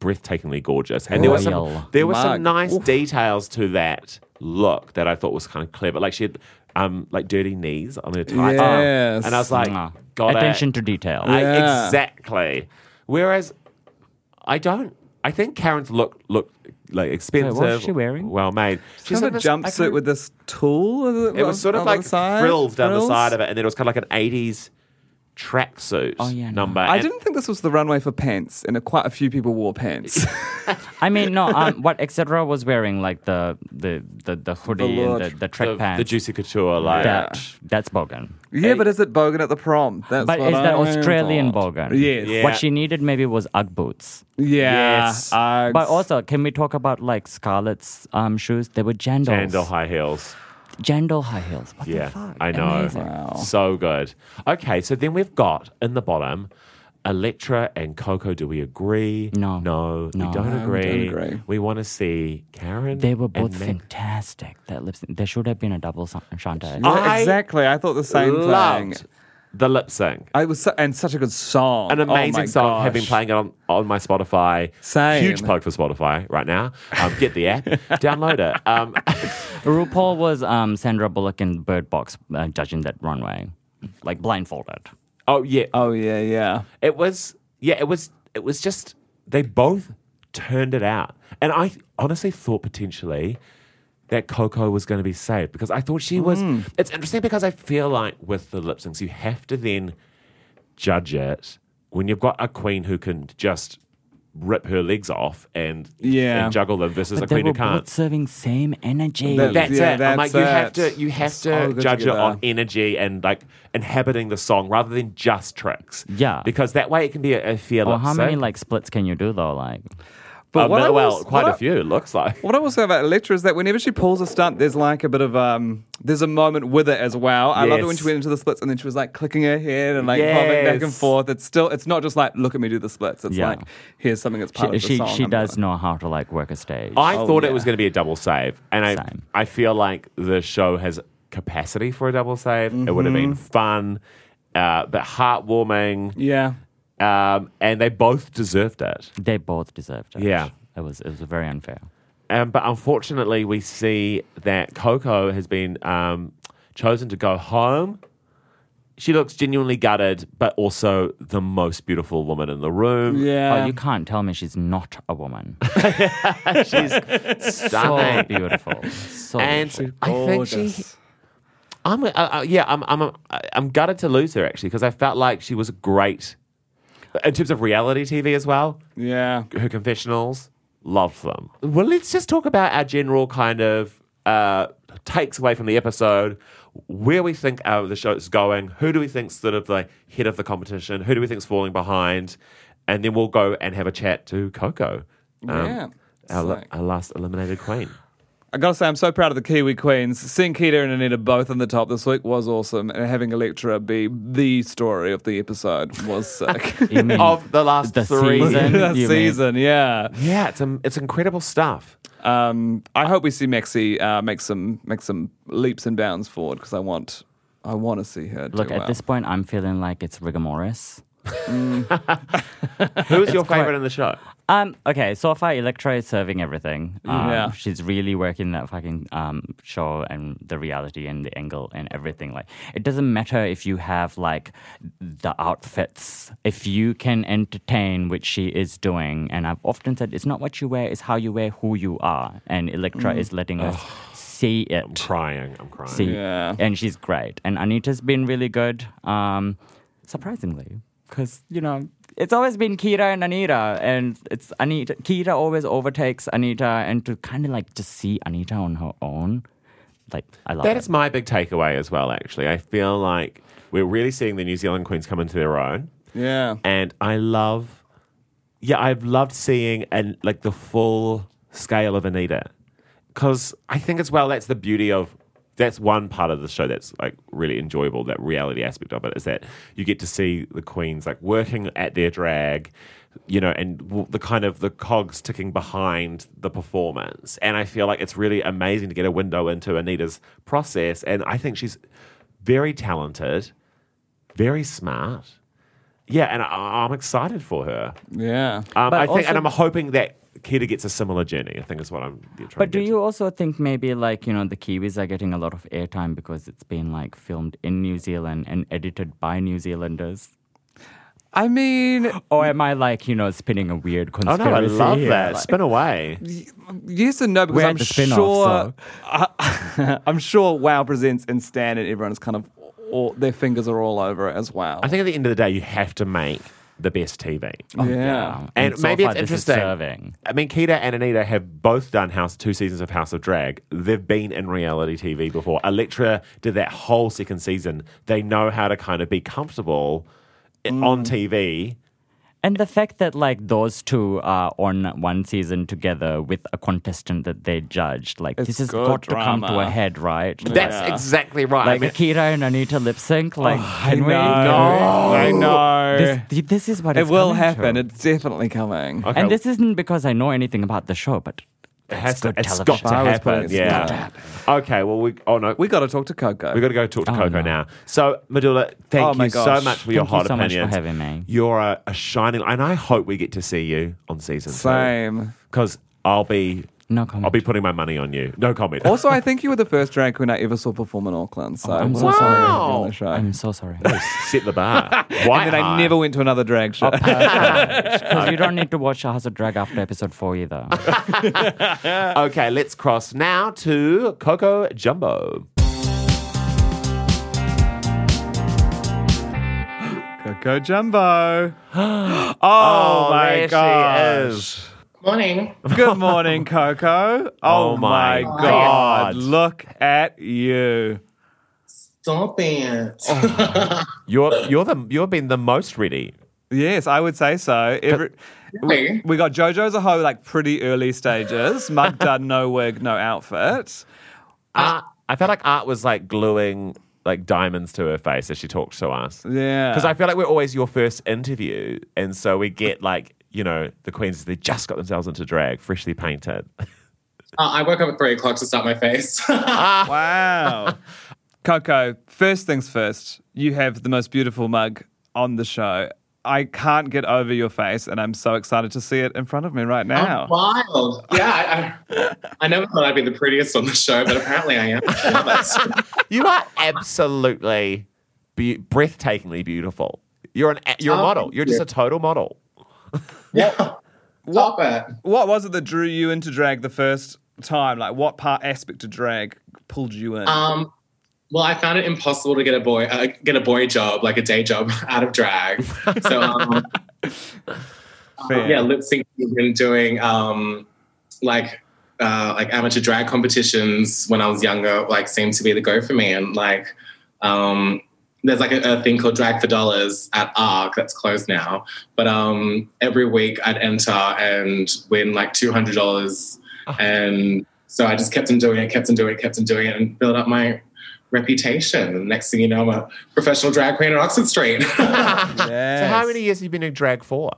S2: breathtakingly gorgeous. And there were
S3: Royal.
S2: some, there were some
S1: Mug.
S2: nice details to that look that I thought was kind of clever. Like she had, um, like dirty knees on her tights,
S1: Yes.
S2: and I was like,
S3: Mwah.
S2: got
S3: Ah, Attention
S2: it.
S3: to detail.
S2: I-
S1: Yeah.
S2: exactly. Whereas, I don't. I think Karen's look looked like expensive.
S3: was she wearing?
S2: Well made.
S1: She's in a
S2: sort of this- I
S1: jumpsuit
S2: can't-
S1: with this tool. is
S2: It was sort
S1: on
S2: of
S1: the
S2: like
S1: side?
S2: frills down the
S1: Frills?
S2: side of it, and then it was kind of like an '80s tracksuit
S3: Oh, yeah, no.
S2: number.
S1: I
S2: and-
S1: didn't think this was the runway for pants, and uh, quite a few people wore pants.
S3: I mean, no, um, what etc. was wearing, like the the the, the hoodie and the,
S1: large-
S3: the track
S2: the,
S3: pants.
S2: the juicy couture, like
S3: that, That's bogan.
S1: yeah, but is it bogan at the prom? That's
S3: But
S1: what
S3: is
S1: I
S3: that Australian
S1: thought.
S3: bogan?
S1: Yes.
S2: Yeah.
S3: What she needed maybe was Ugg boots.
S1: Yeah.
S2: Yes.
S1: Uggs.
S3: But also, can we talk about like Scarlett's um, shoes? They were jandals.
S2: sandal high heels.
S3: Jandal high heels. What
S2: Yeah,
S3: the fuck?
S2: I know.
S3: Amazing.
S2: So good. Okay, so then we've got in the bottom. Electra and Coco, do we agree?
S3: No.
S2: No,
S3: No.
S2: we don't
S3: No,
S1: we
S2: agree.
S1: don't agree.
S2: We want to see Karen.
S3: They were
S2: and
S3: both
S2: Meg.
S3: fantastic. That lip sync. There should have been a double son- Shantae.
S1: Yeah,
S2: I
S1: exactly. I thought the same thing.
S2: Loved the lip sync.
S1: I was su- and such a good song.
S2: An
S1: Oh my
S2: amazing song. Have been
S1: gosh.
S2: playing it on, on my Spotify.
S1: Same.
S2: Huge plug for Spotify right now. Um, get the app, download it. Um,
S3: RuPaul was um, Sandra Bullock in Bird Box uh, judging that runway, like blindfolded.
S2: oh yeah,
S1: Oh yeah, yeah.
S2: It was yeah, it was it was just they both turned it out. And I honestly thought potentially that Coco was going to be saved because I thought she was
S1: Hmm.
S2: it's interesting because I feel like with the lip syncs you have to then judge it when you've got a queen who can just rip her legs off and
S1: Yeah.
S2: and juggle them versus a
S3: But they
S2: queen
S3: were
S2: who
S3: both
S2: can't.
S3: serving same energy.
S1: That-
S2: That's
S1: Yeah,
S2: it. I'm like,
S1: that's
S2: you have
S1: it.
S2: to you have
S1: It's all
S2: to
S1: good
S2: judge it on
S1: together.
S2: energy and like inhabiting the song rather than just tricks.
S3: Yeah.
S2: Because that way it can be a, a fair
S3: Well,
S2: lip
S3: how many
S2: sync.
S3: like splits can you do though? Like,
S1: But
S2: Um,
S1: what I
S2: well,
S1: was-
S2: quite
S1: what
S2: a
S1: I-
S2: few, it looks like.
S1: What I will say about Electra is that whenever she pulls a stunt, there's like a bit of um, there's a moment with it as well. I love it when
S2: Yes.
S1: she went into the splits and then she was like clicking her head and like hopping back and
S2: Yes.
S1: forth. It's still, it's not just like look at me do the splits. It's
S3: Yeah.
S1: like here's something that's part
S3: she
S1: of the
S3: she,
S1: song.
S3: she
S1: I'm
S3: does
S1: gonna-
S3: know how to like work a stage.
S2: I
S1: Oh,
S2: thought
S1: yeah.
S2: it was going to be a double save, and I
S3: Same.
S2: I feel like the show has capacity for a double save. It would have been fun, uh, but heartwarming.
S1: Yeah.
S2: Um, and they both deserved it.
S3: They both deserved it.
S2: Yeah.
S3: It was, it was very unfair.
S2: Um, but unfortunately, we see that Coco has been um, chosen to go home. She looks genuinely gutted, but also the most beautiful woman in the room.
S1: Yeah.
S3: oh, you can't tell me she's not a woman.
S2: She's
S3: so
S2: stunning.
S3: beautiful. So
S2: and
S3: beautiful.
S2: I think she. I'm, uh, uh, yeah, I'm, I'm, I'm gutted to lose her actually because I felt like she was great in terms of reality TV as well.
S1: yeah.
S2: her confessionals, love them. Well, let's just talk about our general kind of uh, takes away from the episode, where we think uh, the show is going, who do we think's sort of the head of the competition, who do we think's falling behind, and then we'll go and have a chat to Coco, um,
S1: Yeah, it's
S2: our,
S1: like-
S2: our last eliminated queen.
S1: I gotta say, I'm so proud of the Kiwi Queens. Seeing Keita and Anita both on the top this week was awesome, and having Electra be the story of the episode was sick.
S3: You mean
S2: Of the last
S3: the
S2: three.
S3: season?
S1: that
S3: you mean-
S1: season, yeah.
S2: Yeah, it's um, it's incredible stuff.
S1: Um, I hope we see Maxi uh, make some make some leaps and bounds forward because I want I want to see her. do
S3: Look, at
S1: well.
S3: this point, I'm feeling like it's rigor mortis.
S2: Who's your favorite in the show?
S3: Um, okay, so far Electra is serving everything. Um,
S1: Yeah.
S3: She's really working that fucking um, show and the reality and the angle and everything. Like, it doesn't matter if you have like the outfits, if you can entertain, which she is doing. And I've often said it's not what you wear, it's how you wear who you are. And Electra is letting us see it.
S2: Crying, I'm crying.
S3: See,
S1: Yeah.
S3: and she's great. And Anita's been really good, um, surprisingly, because you know it's always been Kira and Anita, and it's Anita. Kira always overtakes Anita, and to kind of like just see Anita on her own, like I love
S2: That
S3: it.
S2: is my big takeaway as well, actually. I feel like we're really seeing the New Zealand Queens come into their own.
S1: yeah,
S2: And I love, yeah, I've loved seeing and like the full scale of Anita. Because I think as well, that's the beauty of, that's one part of the show that's like really enjoyable, that reality aspect of it is that you get to see the Queens like working at their drag. You know, and w- the kind of the cogs ticking behind the performance, and I feel like it's really amazing to get a window into Anita's process. And I think she's very talented, very smart. Yeah, and I, I'm excited for her.
S1: yeah.
S2: Um, I think, and I'm
S3: also-
S2: hoping that Kita gets a similar journey. I think is what I'm yeah, trying.
S3: But
S2: to Oh,
S3: do
S2: get
S3: you also think maybe like you know the Kiwis are getting a lot of airtime because it's been like filmed in New Zealand and edited by New Zealanders?
S1: I mean,
S3: Or am I like you know spinning a weird
S2: To. Oh
S3: conspiracy?
S2: no, I love
S3: here?
S2: that.
S3: Like-
S2: Spin away.
S1: yes and no because
S3: We're at
S1: I'm
S3: the spin-off,
S1: sure
S3: so.
S1: I, am sure Wow presents and Stan and everyone's kind of all, their fingers are all over it as well.
S2: I think at the end of the day, you have to make the best TV.
S3: Oh,
S1: yeah.
S2: And,
S3: so
S2: maybe
S3: far,
S2: it's
S3: this is
S2: interesting.
S3: serving.
S2: I mean, Kita and Anita have both done House two seasons of House of Drag. They've been in reality TV before. Electra did that whole second season. They know how to kind of be comfortable i- on
S3: Mm.
S2: TV.
S3: And the fact that like those two are on one season together with a contestant that they judged, like
S1: It's
S3: this has
S1: good
S3: got to come to a
S1: drama.
S3: head, right?
S2: That's exactly right.
S3: like
S2: I mean,
S3: Akira and Anita lip sync. Like, can we?
S1: I Oh, know.
S3: This, this is what
S1: it
S3: it's
S1: will
S3: coming
S1: happen.
S3: to. Oh.
S1: It's definitely coming.
S2: okay,
S3: and this isn't because I know anything about the show, but
S2: It has
S3: it's
S2: to,
S3: good
S2: it's got
S3: television.
S2: to
S1: I was putting
S2: happen.
S1: it's got to
S2: Yeah. Okay. Well, we. Oh no.
S1: We
S2: We.
S1: got to talk to Coco.
S2: We got to go talk to Coco
S3: no.
S2: now. So, Medulla,
S1: Oh
S2: thank
S1: my
S2: you so
S1: gosh.
S2: much for your
S3: Thank you
S2: hot
S3: so much for
S2: opinions.
S3: having me.
S2: You're a, a shining, and I hope we get to see you on season
S1: Same.
S2: because I'll be,
S3: No comment.
S2: I'll be putting my money on you. No comment.
S1: Also, I think you were the first drag queen I ever saw perform in Auckland. So
S3: I'm so
S1: wow.
S3: sorry.
S1: on the show.
S3: I'm so sorry.
S2: set the bar. Why?
S1: and then I never went to another drag show.
S3: Oh, Because you don't need to watch House of Drag after episode four either.
S2: Okay, let's cross now to Coco Jumbo.
S1: Coco Jumbo. oh, my
S2: there
S1: gosh.
S2: she is.
S5: Morning.
S1: Good morning, Coco. Oh,
S2: Oh
S1: my
S2: my
S1: god.
S2: God.
S1: Look at you.
S5: Stop it.
S2: You're you're the you've been the most ready.
S1: Yes, I would say so. Every, we,
S5: Really?
S1: we got JoJo's a hoe like pretty early stages. Mug done, no wig, no outfit.
S2: Art, I felt like Art was like gluing like diamonds to her face as she talked to us.
S1: Yeah.
S2: Because I feel like we're always your first interview. And so we get like, you know, the Queens, they just got themselves into drag, freshly painted.
S5: Uh, I woke up at three o'clock to start my face.
S1: Wow.
S6: Coco, first things first, you have the most beautiful mug on the show. I can't get over your face, and I'm so excited to see it in front of me
S5: Um,
S6: right now.
S5: I'm wild. Yeah, I, I, I never thought I'd be the prettiest on the show, but apparently I am. Yeah, that's-
S2: You are absolutely be- breathtakingly beautiful. You're an you're a
S5: Oh,
S2: model.
S5: thank
S2: You're just
S5: you.
S2: a total model.
S5: yeah. Top it.
S6: What was it that drew you into drag the first time? Like, what part aspect of drag pulled you in?
S5: Um, well, I found it impossible to get a boy uh, get a boy job, like a day job, out of drag. So um,
S6: Fair.
S5: yeah, lip syncing and doing um, like uh, like amateur drag competitions when I was younger, like seemed to be the go for me. And like um, there's like a, a thing called Drag for Dollars at ARC that's closed now, but um, every week I'd enter and win like two hundred dollars, and so I just kept on doing it, kept on doing it, kept on doing it, and built up my reputation. And next thing you know, I'm a professional drag queen at Oxford Street.
S2: So how many years have you been in drag for?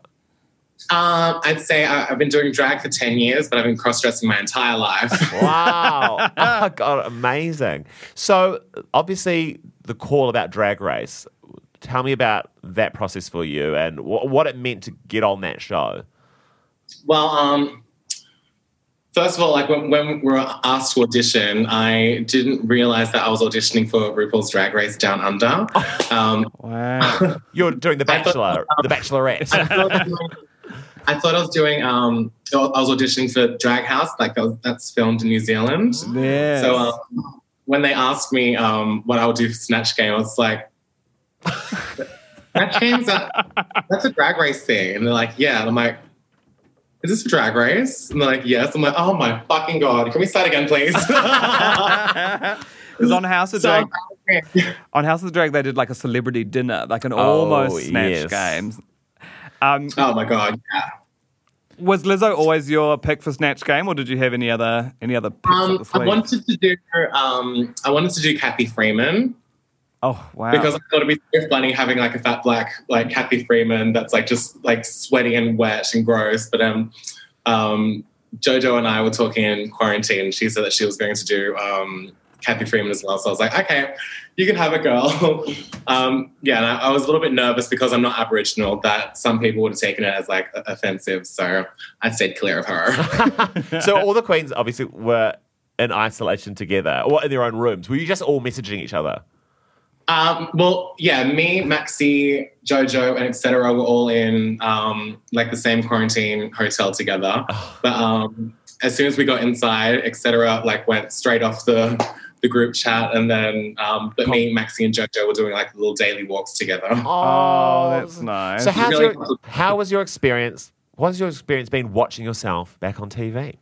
S5: Um, I'd say I, I've been doing drag for 10 years, but I've been cross dressing my entire life.
S2: Wow. oh, God, amazing. So, obviously, the call about Drag Race. Tell me about that process for you and wh- what it meant to get on that show.
S5: well, um, first of all, like when, when we were asked to audition, I didn't realize that I was auditioning for RuPaul's Drag Race Down Under. Um,
S2: You're doing The
S5: I thought-
S2: Bachelor, The Bachelorette.
S5: I thought I was doing- I thought I was doing, um, I was auditioning for Drag House, like that was- that's filmed in New Zealand.
S6: Yes.
S5: So um, when they asked me um, what I would do for Snatch Game, I was like, Snatch Game's a, that's a drag race thing. And they're like, yeah. And I'm like, is this a drag race? And they're like, yes. I'm like, oh my fucking God. Can we start again, please?
S6: Because on House of Drag, on House of the Drag, they did like a celebrity dinner, like an almost snatch
S2: yes.
S6: games. Um,
S5: oh my God. Yeah.
S6: was Lizzo always your pick for snatch game, or did you have any other any other picks up
S5: Um,
S6: the
S5: I
S6: sleeve?
S5: wanted to do, um, I wanted to do Kathy Freeman.
S6: oh wow!
S5: because I thought it'd be so funny having like a fat black like Kathy Freeman that's like just like sweaty and wet and gross. But um, um, Jojo and I were talking in quarantine. and She said that she was going to do um, Kathy Freeman as well. So I was like, okay, you can have a girl. um, yeah, and I, I was a little bit nervous because I'm not Aboriginal that some people would have taken it as like o- offensive. So I stayed clear of her.
S2: so, all the queens obviously were in isolation together or in their own rooms. Were you just all messaging each other?
S5: Um, well, yeah, me, Maxi, Jojo, and etc. were all in um, like the same quarantine hotel together. But um, as soon as we got inside, etc. like went straight off the the group chat, and then um, but me, Maxi, and Jojo were doing like little daily walks together.
S6: oh, that's nice.
S2: So, how's
S5: Really
S2: your,
S5: cool.
S2: how was your experience? What has your experience been watching yourself back on TV?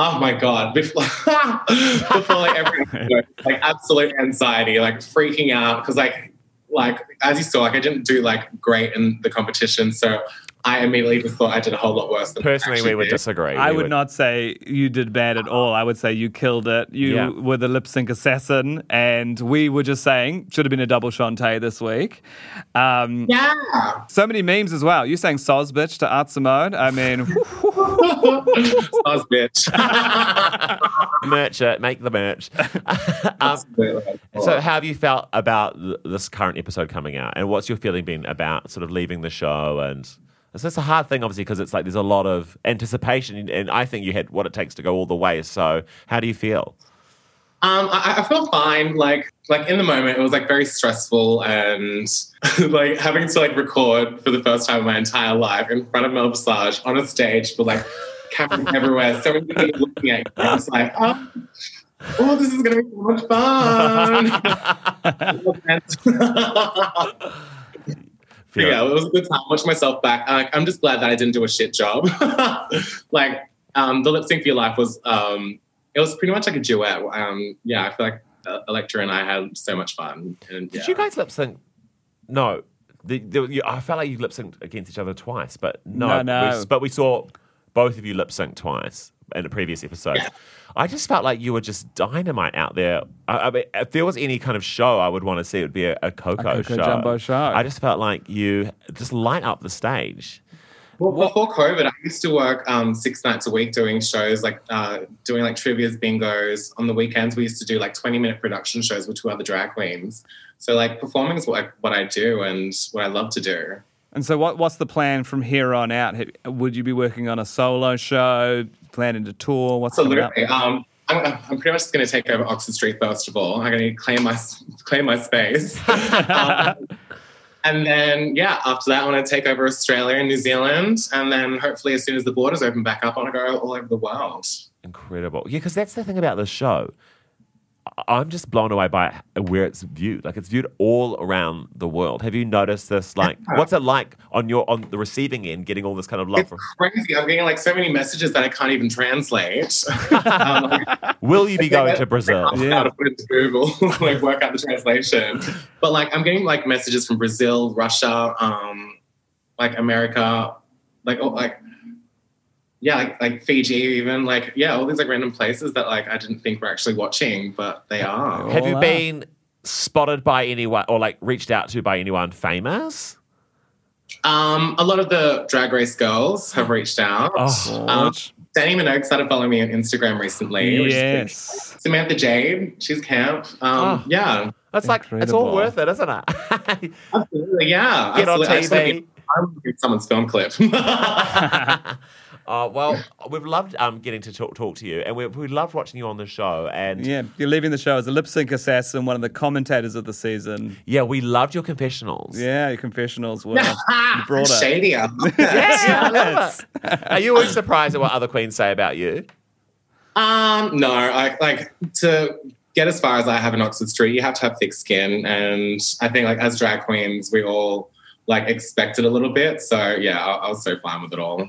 S5: Oh my god! Before, before like every episode, like absolute anxiety, like freaking out because like like as you saw, like I didn't do like great in the competition, so I immediately just thought I did a whole lot worse than I
S2: Personally, we
S5: actually
S2: would
S5: did.
S2: disagree.
S6: I
S2: We
S6: would not say you did bad at all. I would say you killed it. You
S2: Yeah.
S6: were the lip sync assassin, and we were just saying should have been a double Shantae this week. Um,
S5: Yeah.
S6: So many memes as well. You sang "Soz bitch" to Art Simone. I mean,
S5: Sauce
S2: Um,
S5: bitch.
S2: merch it, make the merch. um, so, how have you felt about th- this current episode coming out, and what's your feeling been about sort of leaving the show? And it's just a hard thing, obviously, because it's like there's a lot of anticipation, and- and I think you had what it takes to go all the way. So, how do you feel?
S5: Um, I, I feel fine. Like, like in the moment, it was like very stressful and like having to like record for the first time in my entire life in front of Mel Visage on a stage with like cameras everywhere, so many people looking at you. I was like, oh, oh, this is gonna be so much fun. But yeah, it was a good time. Watched myself back. I, I'm just glad that I didn't do a shit job. like um, the lip sync for your life was, um, it was pretty much like a duet. Um, yeah, I feel like uh, Electra and I had so much fun. And,
S2: Did
S5: yeah.
S2: you guys lip sync? No. The, the, you, I felt like you lip synced against each other twice, but no.
S6: No, no.
S2: we s- but we saw both of you lip sync twice in a previous episode. I just felt like you were just dynamite out there. I, I mean, if there was any kind of show I would want to see, it would be a, a Coco,
S6: Coco
S2: show.
S6: Jumbo show.
S2: I just felt like you just light up the stage.
S5: Well, before COVID, I used to work um, six nights a week doing shows, like uh, doing like trivia's, bingos. On the weekends, we used to do like 20 minute production shows with two other drag queens. So, like, performing is what I, what I do and what I love to do.
S1: And so, what, what's the plan from here on out? Have- Would you be working on a solo show, planning to tour? What's coming up?
S5: Absolutely. Um, I'm, I'm pretty much just going to take over Oxford Street first of all. I'm going to claim my claim my space, um, and then yeah, after that, I want to take over Australia and New Zealand, and then hopefully, as soon as the borders open back up, I want to go all over the world.
S2: Incredible. Yeah, because that's the thing about this show. I- I'm just blown away by where it's viewed. Like it's viewed all around the world. Have you noticed this? Like, what's it like on your on the receiving end, getting all this kind of love?
S5: It's
S2: From,
S5: crazy. I'm getting like so many messages that I can't even translate. um,
S2: will you be going to Brazil?
S5: I'm How to put into Google, like work out the translation. But like, I'm getting like messages from Brazil, Russia, um, like America, like oh, like yeah, like, like Fiji, even like yeah, all these like random places that like I didn't think were actually watching, but they are.
S2: Have you
S1: Wow.
S2: been spotted by anyone or like reached out to by anyone famous?
S5: Um, a lot of the Drag Race girls have reached out.
S2: Oh,
S5: um, Danny Minogue started following me on Instagram recently. which is
S1: Yes.
S5: pretty- Samantha Jade, she's camp. Um,
S2: Oh.
S5: Yeah,
S2: It's like it's all
S1: Incredible.
S2: worth it, isn't it?
S5: absolutely. Yeah,
S2: Get on
S5: absolutely. I just wanna
S2: TV.
S5: be- I'm in someone's film clip.
S2: Uh, well, we've loved um, getting to talk, talk to you, and we, we loved watching you on the show. And yeah.
S1: Yeah, you're leaving the show as a lip sync assassin, one of the commentators of the season.
S2: we loved your confessionals.
S1: Yeah, your confessionals were you brought it.
S5: Shadier.
S2: Yeah, I love it. Are you always surprised at what other queens say about you?
S5: Um, no, I like to get as far as I have in Oxford Street, you have to have thick skin. And I think like as drag queens, we all like expect it a little bit. So yeah, I, I was so fine with it all.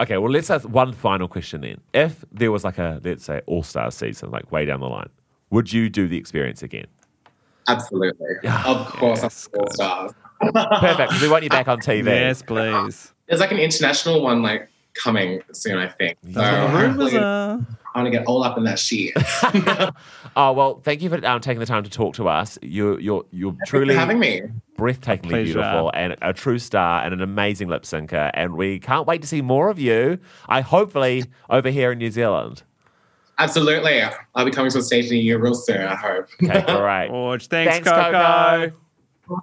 S2: Okay, well, let's ask one final question then. If there was like a, let's say, all star season, like way down the line, would you do the experience again?
S5: Absolutely.
S1: Ah,
S5: of course, I'm all stars.
S2: Perfect, 'cause we want you back on TV.
S1: Yes, please.
S5: There's like an international one like coming soon, I think. So
S1: Rumors
S5: hopefully
S1: are.
S5: I want to get all up in that sheet.
S2: Oh, well, thank you for um, taking the time to talk to us. You're, you're, you're truly
S5: Truly having me.
S2: breathtakingly
S1: Pleasure.
S2: beautiful and a true star and an amazing lip syncer. And we can't wait to see more of you. I hopefully over here in New Zealand.
S5: Absolutely. I'll be coming to a stage in a year real soon, I hope.
S2: Okay, great.
S1: Orge. Thanks, Coco.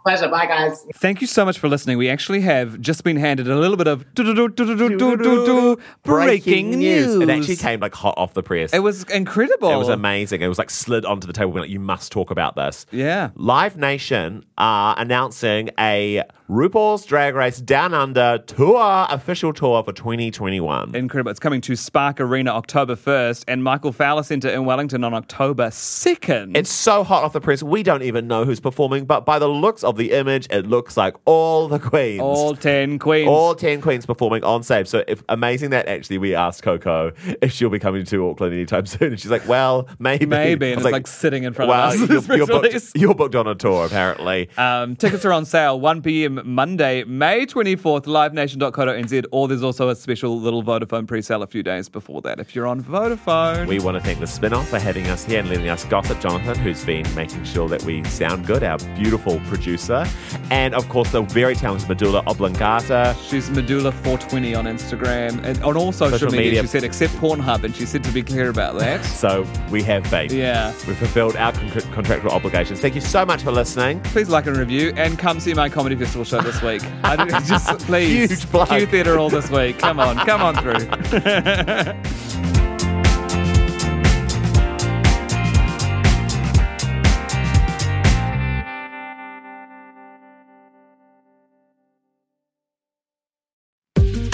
S5: Pleasure. Bye guys.
S1: Thank you so much for listening. We actually have just been handed a little bit of do-do-do-do-do-do-do-do breaking news.
S2: It actually came like hot off the press.
S1: It was incredible.
S2: It was amazing. It was like slid onto the table. We're like, you must talk about this.
S1: Yeah.
S2: Live Nation are announcing a RuPaul's Drag Race Down Under tour, official tour for 2021.
S1: Incredible. It's coming to Spark Arena October 1st and Michael Fowler Centre in Wellington on October 2nd.
S2: It's so hot off the press, we don't even know who's performing, but by the looks of the image, it looks like all the queens.
S1: all 10 queens.
S2: All 10 queens performing on stage. So if, amazing that actually we asked Coco if she'll be coming to Auckland anytime soon. And she's like, well, maybe.
S1: Maybe. And
S2: I was
S1: it's like, sitting in front of
S2: well,
S1: us.
S2: you're-
S1: This
S2: You're,
S1: press
S2: booked,
S1: release.
S2: you're booked on a tour, apparently.
S1: Um, tickets are on sale 1 p.m. Monday, May 24th, livenation.co.nz, or there's also a special little Vodafone pre sale a few days before that if you're on Vodafone.
S2: We want to thank the spin-off for having us here and letting us gossip, Jonathan, who's been making sure that we sound good, our beautiful producer. And of course, the very talented Medulla Oblongata.
S1: She's Medulla420 on Instagram and on all social,
S2: Social
S1: media,
S2: media.
S1: She said, except Pornhub, and she said to be clear about that.
S2: So we have faith.
S1: yeah.
S2: We've fulfilled our con- contractual obligations. Thank you so much for listening.
S1: Please like and review and come see my comedy festival show this week. I don't, just please.
S2: Huge plug.
S1: Q Theatre all this week. Come on, come on through.